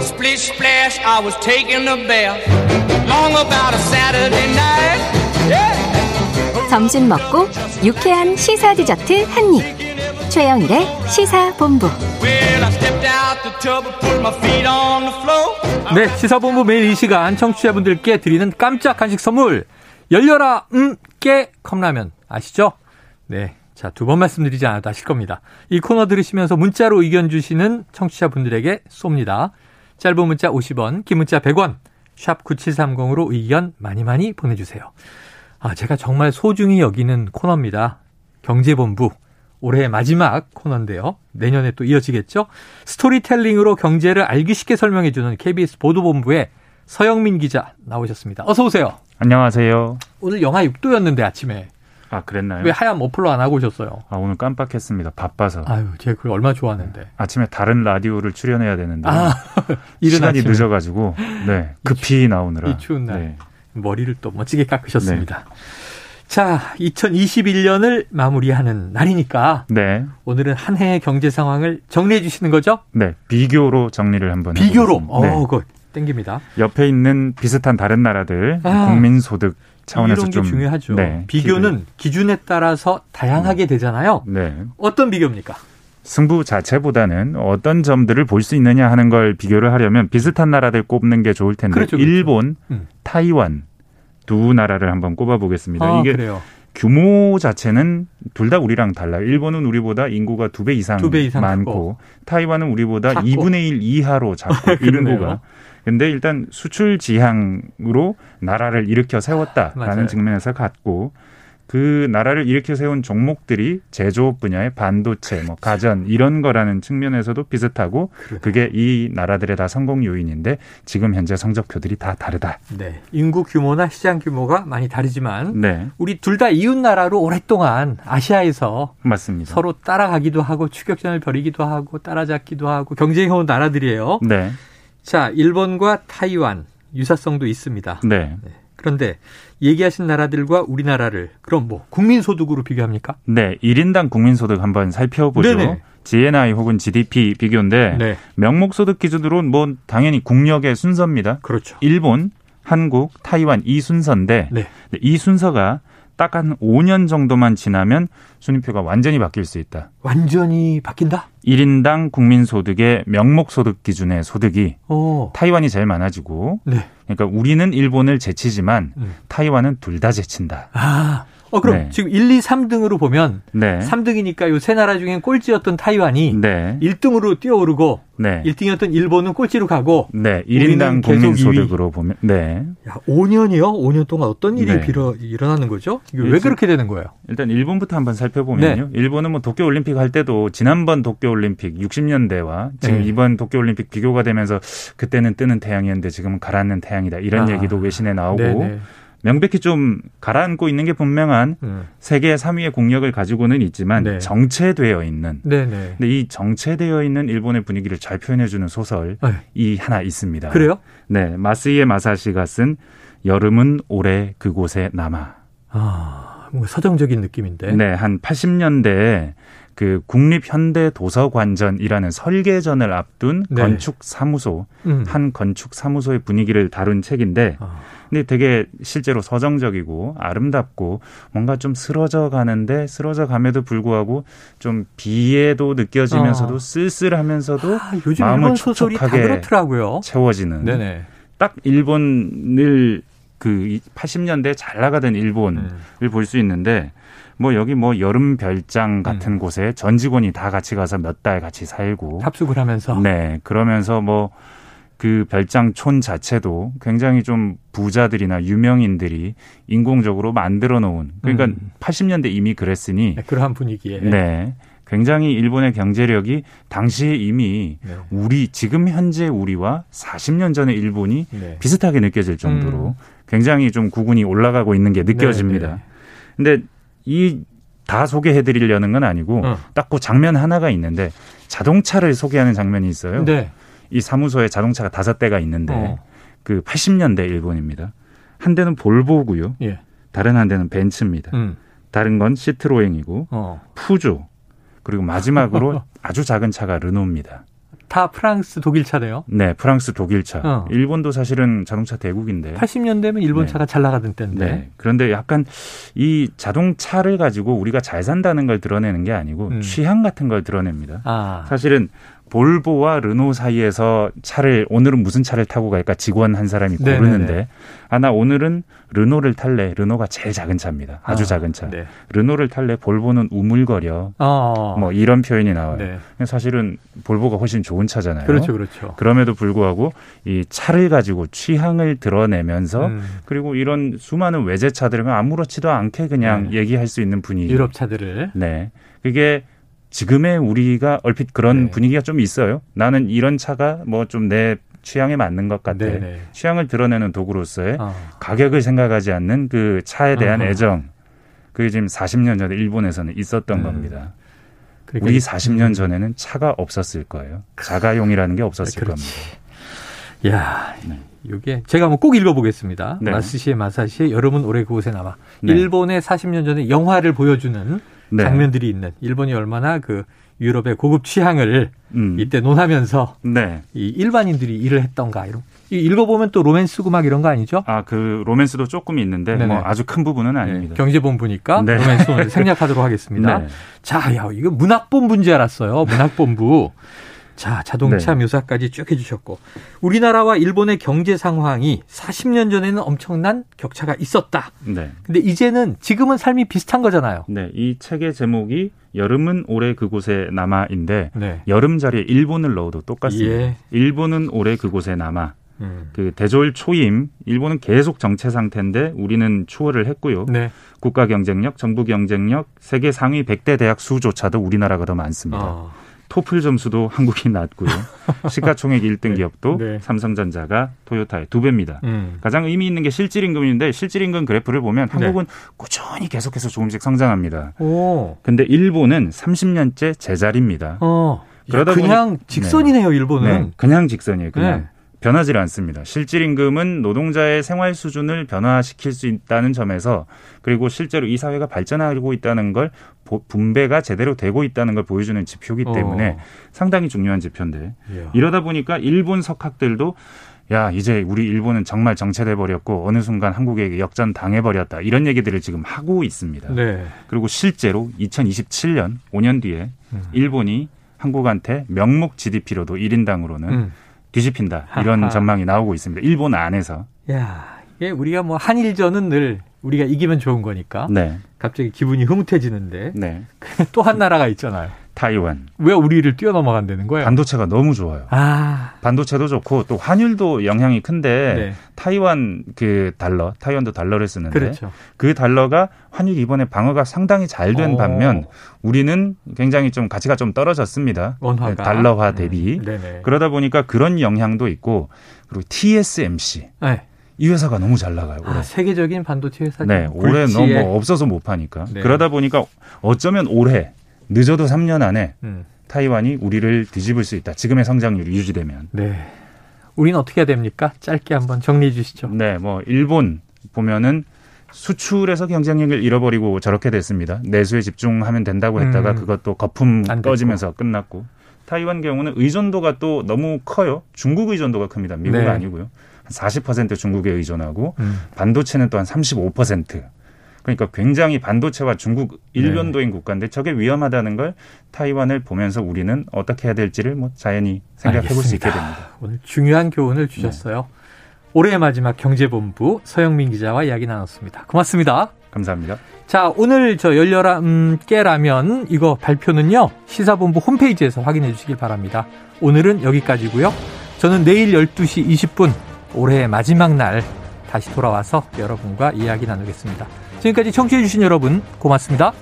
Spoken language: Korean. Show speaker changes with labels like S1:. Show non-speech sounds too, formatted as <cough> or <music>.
S1: Split splash, I was taking a bath. Long about a Saturday night. Yeah.
S2: 점심 먹고 유쾌한 시사 디저트 한 입. 최영일의 시사본부.
S1: Well, I stepped out the tub and put my feet on the floor.
S3: 네, 시사본부 매일 이 시간 청취자분들께 드리는 깜짝 간식 선물. 열려라, 음, 깨, 컵라면. 아시죠? 네. 자, 두 번 말씀드리지 않아도 아실 겁니다. 이 코너 들으시면서 문자로 의견 주시는 청취자분들에게 쏩니다. 짧은 문자 50원, 긴 문자 100원, 샵 9730으로 의견 많이 많이 보내주세요. 아, 제가 정말 소중히 여기는 코너입니다. 경제본부. 올해 마지막 코너인데요. 내년에 또 이어지겠죠? 스토리텔링으로 경제를 알기 쉽게 설명해주는 KBS 보도본부의 서영민 기자 나오셨습니다. 어서오세요.
S4: 안녕하세요.
S3: 오늘 영하 6도였는데 아침에.
S4: 아 그랬나요?
S3: 왜 하얀 머플러 안 하고 오셨어요?
S4: 아 오늘 깜빡했습니다. 바빠서
S3: 아유, 제가 그걸 얼마나 좋아하는데.
S4: 아침에 다른 라디오를 출연해야 되는데 <laughs>
S3: 아, 이른
S4: 시간이
S3: 아침에
S4: 늦어가지고 네 급히 나오느라
S3: 이 추운 날.
S4: 네.
S3: 머리를 또 멋지게 깎으셨습니다. 자, 2021년을 마무리하는 날이니까
S4: 네,
S3: 오늘은 한 해의 경제 상황을 정리해 주시는 거죠?
S4: 네, 비교로 정리를 한번
S3: 비교로.
S4: 해보겠습니다. 네.
S3: 어, 그거 땡깁니다.
S4: 옆에 있는 비슷한 다른 나라들
S3: 아.
S4: 국민소득 차원에서
S3: 이런 게
S4: 좀
S3: 중요하죠.
S4: 네, 음.
S3: 비교는 기준에 따라서 다양하게 되잖아요.
S4: 팁을- 네
S3: 어떤 비교입니까?
S4: 승부 자체보다는 어떤 점들을 볼 수 있느냐 하는 걸 비교를 하려면 비슷한 나라들 꼽는 게 좋을 텐데
S3: 그렇죠, 그렇죠.
S4: 일본,
S3: 음.
S4: 타이완 두 나라를 한번 꼽아보겠습니다.
S3: 아,
S4: 이게
S3: 그래요.
S4: 규모 자체는 둘 다 우리랑 달라요. 일본은 우리보다 인구가 두 배 이상,
S3: 두배 이상
S4: 많고 타이완은 우리보다
S3: 작고.
S4: 2분의 1 이하로 작고
S3: <laughs> 그러네요.
S4: 인구가. 근데 일단 수출 지향으로 나라를 일으켜
S3: 맞아요.
S4: 세웠다라는 측면에서 같고 그 나라를 일으켜 세운 종목들이 제조업 분야의 반도체, 뭐 가전 이런 거라는 측면에서도 비슷하고 그게 이 나라들의 다 성공 요인인데 지금 현재 성적표들이 다 다르다.
S3: 네. 인구 규모나 시장 규모가 많이 다르지만
S4: 네,
S3: 우리 둘 다 이웃 나라로 오랫동안 아시아에서
S4: 맞습니다.
S3: 서로 따라가기도 하고 추격전을 벌이기도 하고 따라잡기도 하고 경쟁해온 나라들이에요.
S4: 네,
S3: 자, 일본과 타이완 유사성도 있습니다.
S4: 네.
S3: 그런데 얘기하신 나라들과 우리나라를 그럼 뭐 국민 소득으로 비교합니까?
S4: 네, 1인당 국민소득 한번 살펴보죠.
S3: 네네. 네.
S4: GNI 혹은 GDP 비교인데 명목 소득 기준으로는 뭐 당연히 국력의 순서입니다.
S3: 그렇죠.
S4: 일본, 한국, 타이완 이 순서인데
S3: 네.
S4: 근데 이 순서가 딱 한 5년 정도만 지나면 순위표가 완전히 바뀔 수 있다.
S3: 완전히 바뀐다?
S4: 1인당 국민소득의 명목 소득 기준의 소득이
S3: 어.
S4: 타이완이 제일 많아지고
S3: 네.
S4: 그러니까 우리는 일본을 제치지만
S3: 음.
S4: 타이완은 둘 다 제친다.
S3: 아. 어 그럼
S4: 네.
S3: 지금 1, 2, 3등으로 보면
S4: 네.
S3: 3등이니까 요 세 나라 중엔 꼴찌였던 타이완이
S4: 네.
S3: 1등으로 뛰어오르고
S4: 네.
S3: 1등이었던 일본은 꼴찌로 가고
S4: 네,
S3: 우리는
S4: 1인당
S3: 계속
S4: 국민 소득으로 보면 네.
S3: 야, 5년이요? 5년 동안 어떤 일이
S4: 네.
S3: 빌어 일어나는 거죠? 이게 왜
S4: 일찍-
S3: 그렇게 되는 거예요?
S4: 일단 일본부터 한번 살펴보면요.
S3: 네.
S4: 일본은 뭐 도쿄 올림픽 할 때도 지난번 도쿄 올림픽 60년대와 지금
S3: 네.
S4: 이번 도쿄 올림픽 비교가 되면서 그때는 뜨는 태양이었는데 지금은 가라앉는 태양이다. 이런
S3: 아,
S4: 얘기도 외신에 나오고
S3: 네네.
S4: 명백히 좀 가라앉고 있는 게 분명한
S3: 음.
S4: 세계 3위의 공력을 가지고는 있지만
S3: 네.
S4: 정체되어 있는
S3: 네네.
S4: 근데 이 정체되어 있는 일본의 분위기를 잘 표현해 주는 소설이
S3: 네.
S4: 하나 있습니다.
S3: 그래요?
S4: 네, 마스이에 마사시가 쓴 여름은 오래 그곳에 남아.
S3: 아, 뭔가 서정적인 느낌인데.
S4: 네, 한 80년대에 그 국립현대도서관전이라는 설계전을 앞둔
S3: 네.
S4: 건축 사무소
S3: 음.
S4: 한 건축 사무소의 분위기를 다룬 책인데
S3: 아,
S4: 근데 되게 실제로 서정적이고 아름답고 뭔가 좀 쓰러져 가는데 쓰러져 감에도 불구하고 좀 비애도 느껴지면서도
S3: 어.
S4: 쓸쓸하면서도
S3: 아, 요즘
S4: 마음을
S3: 일본 소설이 다
S4: 촉촉하게
S3: 그렇더라고요.
S4: 채워지는
S3: 네네.
S4: 딱 일본을 그 80년대 잘 나가던 일본
S3: 음.
S4: 을 볼 수 있는데 뭐 여기 뭐 여름 별장
S3: 네.
S4: 같은 곳에 전 직원이 다 같이 가서 몇 달 같이 살고
S3: 합숙을 하면서.
S4: 네 그러면서 뭐 그 별장촌 자체도 굉장히 좀 부자들이나 유명인들이 인공적으로 만들어 놓은 그러니까
S3: 음.
S4: 80년대 이미 그랬으니
S3: 네, 그러한 분위기에.
S4: 네 굉장히 일본의 경제력이 당시에 이미
S3: 네.
S4: 우리 지금 현재 우리와 40년 전의 일본이
S3: 네.
S4: 비슷하게 느껴질 정도로 굉장히 좀 구군이 올라가고 있는 게 느껴집니다.
S3: 음. 네, 네.
S4: 근데 이 다 소개해 드리려는 건 아니고
S3: 어.
S4: 딱 그 장면 하나가 있는데 자동차를 소개하는 장면이 있어요.
S3: 네.
S4: 이 사무소에 자동차가 다섯 대가 있는데
S3: 어.
S4: 그 80년대 일본입니다. 한 대는 볼보고요.
S3: 예.
S4: 다른 한 대는 벤츠입니다.
S3: 음.
S4: 다른 건 시트로행이고
S3: 어. <laughs>
S4: 푸조 그리고 마지막으로 아주 작은 차가 르노입니다.
S3: 다 프랑스 독일 차네요.
S4: 네, 프랑스, 독일 차.
S3: 어.
S4: 일본도 사실은 자동차 대국인데.
S3: 80년대면 일본
S4: 네.
S3: 차가 잘 나가던 때인데.
S4: 네. 그런데 약간 이 자동차를 가지고 우리가 잘 산다는 걸 드러내는 게 아니고
S3: 음.
S4: 취향 같은 걸 드러냅니다.
S3: 아,
S4: 사실은 볼보와 르노 사이에서 차를 오늘은 무슨 차를 타고 갈까 직원 한 사람이
S3: 네네네.
S4: 고르는데 아나 오늘은 르노를 탈래. 르노가 제일 작은 차입니다. 아주
S3: 아,
S4: 작은 차.
S3: 네.
S4: 르노를 탈래. 볼보는 우물거려.
S3: 어,
S4: 뭐 이런 표현이 나와요.
S3: 네.
S4: 사실은 볼보가 훨씬 좋은 차잖아요.
S3: 그렇죠, 그렇죠.
S4: 그럼에도 불구하고 이 차를 가지고 취향을 드러내면서
S3: 음,
S4: 그리고 이런 수많은 외제차들은 아무렇지도 않게 그냥
S3: 네.
S4: 얘기할 수 있는 분위기.
S3: 유럽 차들을
S4: 네. 그게 지금의 우리가 얼핏 그런
S3: 네.
S4: 분위기가 좀 있어요. 나는 이런 차가 뭐 좀 내 취향에 맞는 것 같아.
S3: 네네.
S4: 취향을 드러내는 도구로서의
S3: 어.
S4: 가격을 생각하지 않는 그 차에 대한
S3: 아하.
S4: 애정. 그게 지금 40년 전에 일본에서는 있었던
S3: 음.
S4: 겁니다.
S3: 그러니까
S4: 우리 40년 전에는 차가 없었을 거예요. 자가용이라는 게 없었을
S3: 그렇지.
S4: 겁니다.
S3: 야, 이게 제가 한번 꼭 읽어보겠습니다.
S4: 네.
S3: 마스시의 마사시의 여름은 오래 그곳에 남아.
S4: 네.
S3: 일본의 40년 전에 영화를 보여주는
S4: 네.
S3: 장면들이 있는 일본이 얼마나 그 유럽의 고급 취향을
S4: 음.
S3: 이때 논하면서
S4: 네.
S3: 이 일반인들이 일을 했던가 이런. 이 읽어보면 또 로맨스고 막 이런 거 아니죠?
S4: 아, 그 로맨스도 조금 있는데
S3: 네네.
S4: 뭐 아주 큰 부분은 아닙니다.
S3: 경제본 보니까
S4: <laughs> 네.
S3: 로맨스 오늘 생략하도록 하겠습니다.
S4: 네.
S3: 자, 야, 이거 문학본부인 줄 알았어요. 문학본부. 자, 자동차
S4: 네.
S3: 묘사까지 쭉 해주셨고. 우리나라와 일본의 경제 상황이 40년 전에는 엄청난 격차가 있었다.
S4: 네.
S3: 근데 이제는 지금은 삶이 비슷한 거잖아요.
S4: 네, 이 책의 제목이 여름은 올해 그곳에 남아인데
S3: 네.
S4: 여름 자리에 일본을 넣어도 똑같습니다.
S3: 예.
S4: 일본은 올해 그곳에 남아.
S3: 음.
S4: 그 대졸 초임 일본은 계속 정체 상태인데 우리는 추월을 했고요.
S3: 네.
S4: 국가 경쟁력, 정부 경쟁력, 세계 상위 100대 대학 수조차도 우리나라가 더 많습니다.
S3: 어.
S4: 토플 점수도 한국이
S3: <laughs>
S4: 낮고요. 시가총액 1등 기업도
S3: 네.
S4: 삼성전자가 토요타의 두 배입니다.
S3: 음.
S4: 가장 의미 있는 게 실질 임금인데 실질 임금 그래프를 보면
S3: 네.
S4: 한국은 꾸준히 계속해서 조금씩 성장합니다.
S3: 오.
S4: 근데 일본은 30년째 제자리입니다.
S3: 어.
S4: 그러다
S3: 그냥 직선이네요, 일본은.
S4: 네, 그냥 직선이에요. 그냥
S3: 네.
S4: 변하지 않습니다. 실질 임금은 노동자의 생활 수준을 변화시킬 수 있다는 점에서 그리고 실제로 이 사회가 발전하고 있다는 걸 보- 분배가 제대로 되고 있다는 걸 보여주는 지표이기 때문에
S3: 어.
S4: 상당히 중요한 지표인데
S3: 이야.
S4: 이러다 보니까 일본 석학들도 야 이제 우리 일본은 정말 정체돼 버렸고 어느 순간 한국에 역전 당해 버렸다 이런 얘기들을 지금 하고 있습니다.
S3: 네.
S4: 그리고 실제로 2027년 5년 뒤에
S3: 음.
S4: 일본이 한국한테 명목 GDP로도 1인당으로는
S3: 음.
S4: 뒤집힌다 이런
S3: 하하.
S4: 전망이 나오고 있습니다. 일본 안에서
S3: 야, 이게 우리가 뭐 한일전은 늘 우리가 이기면 좋은 거니까
S4: 네,
S3: 갑자기 기분이 흐뭇해지는데
S4: 네,
S3: <laughs> 또 한 나라가 있잖아요.
S4: 타이완
S3: 왜 우리를 뛰어넘어간다는 거예요?
S4: 반도체가 너무 좋아요.
S3: 아,
S4: 반도체도 좋고 또 환율도 영향이 큰데
S3: 네.
S4: 타이완 그 달러 타이완도 달러를 쓰는데
S3: 그렇죠.
S4: 그 달러가 환율 이번에 방어가 상당히 잘 된
S3: 오.
S4: 반면 우리는 굉장히 좀 가치가 좀 떨어졌습니다.
S3: 원화가.
S4: 네, 달러화 대비
S3: 음, 네네.
S4: 그러다 보니까 그런 영향도 있고 그리고 TSMC
S3: 네.
S4: 이 회사가 너무 잘 나가요 올해.
S3: 아, 세계적인 반도체 회사죠.
S4: 네, 올해
S3: 불치의-
S4: 너무 뭐 없어서 못 파니까.
S3: 네.
S4: 그러다 보니까 어쩌면 올해 늦어도 3년 안에
S3: 음,
S4: 타이완이 우리를 뒤집을 수 있다. 지금의 성장률이 유지되면.
S3: 네. 우리는 어떻게 해야 됩니까? 짧게 한번 정리해 주시죠.
S4: 네, 뭐 일본 보면은 수출에서 경쟁력을 잃어버리고 저렇게 됐습니다. 내수에 집중하면 된다고 했다가
S3: 음.
S4: 그것도 거품
S3: 안 됐고.
S4: 떠지면서 끝났고 타이완 경우는 의존도가 또 너무 커요. 중국 의존도가 큽니다. 미국 은
S3: 네.
S4: 아니고요. 한 40% 중국에 의존하고
S3: 음,
S4: 반도체는 또한 35%. 그러니까 굉장히 반도체와 중국
S3: 네.
S4: 일변도인 국가인데 저게 위험하다는 걸 타이완을 보면서 우리는 어떻게 해야 될지를 뭐 자연히 생각해 볼 수 있게
S3: 알겠습니다.
S4: 됩니다. 네.
S3: 오늘 중요한 교훈을 주셨어요. 올해의 마지막 경제본부 서영민 기자와 이야기 나눴습니다. 고맙습니다.
S4: 감사합니다.
S3: 자, 오늘 저 열려라, 음, 깨라면 이거 발표는요, 시사본부 홈페이지에서 확인해 주시길 바랍니다. 오늘은 여기까지고요 저는 내일 12시 20분, 올해의 마지막 날, 다시 돌아와서 여러분과 이야기 나누겠습니다. 지금까지 청취해주신 여러분, 고맙습니다.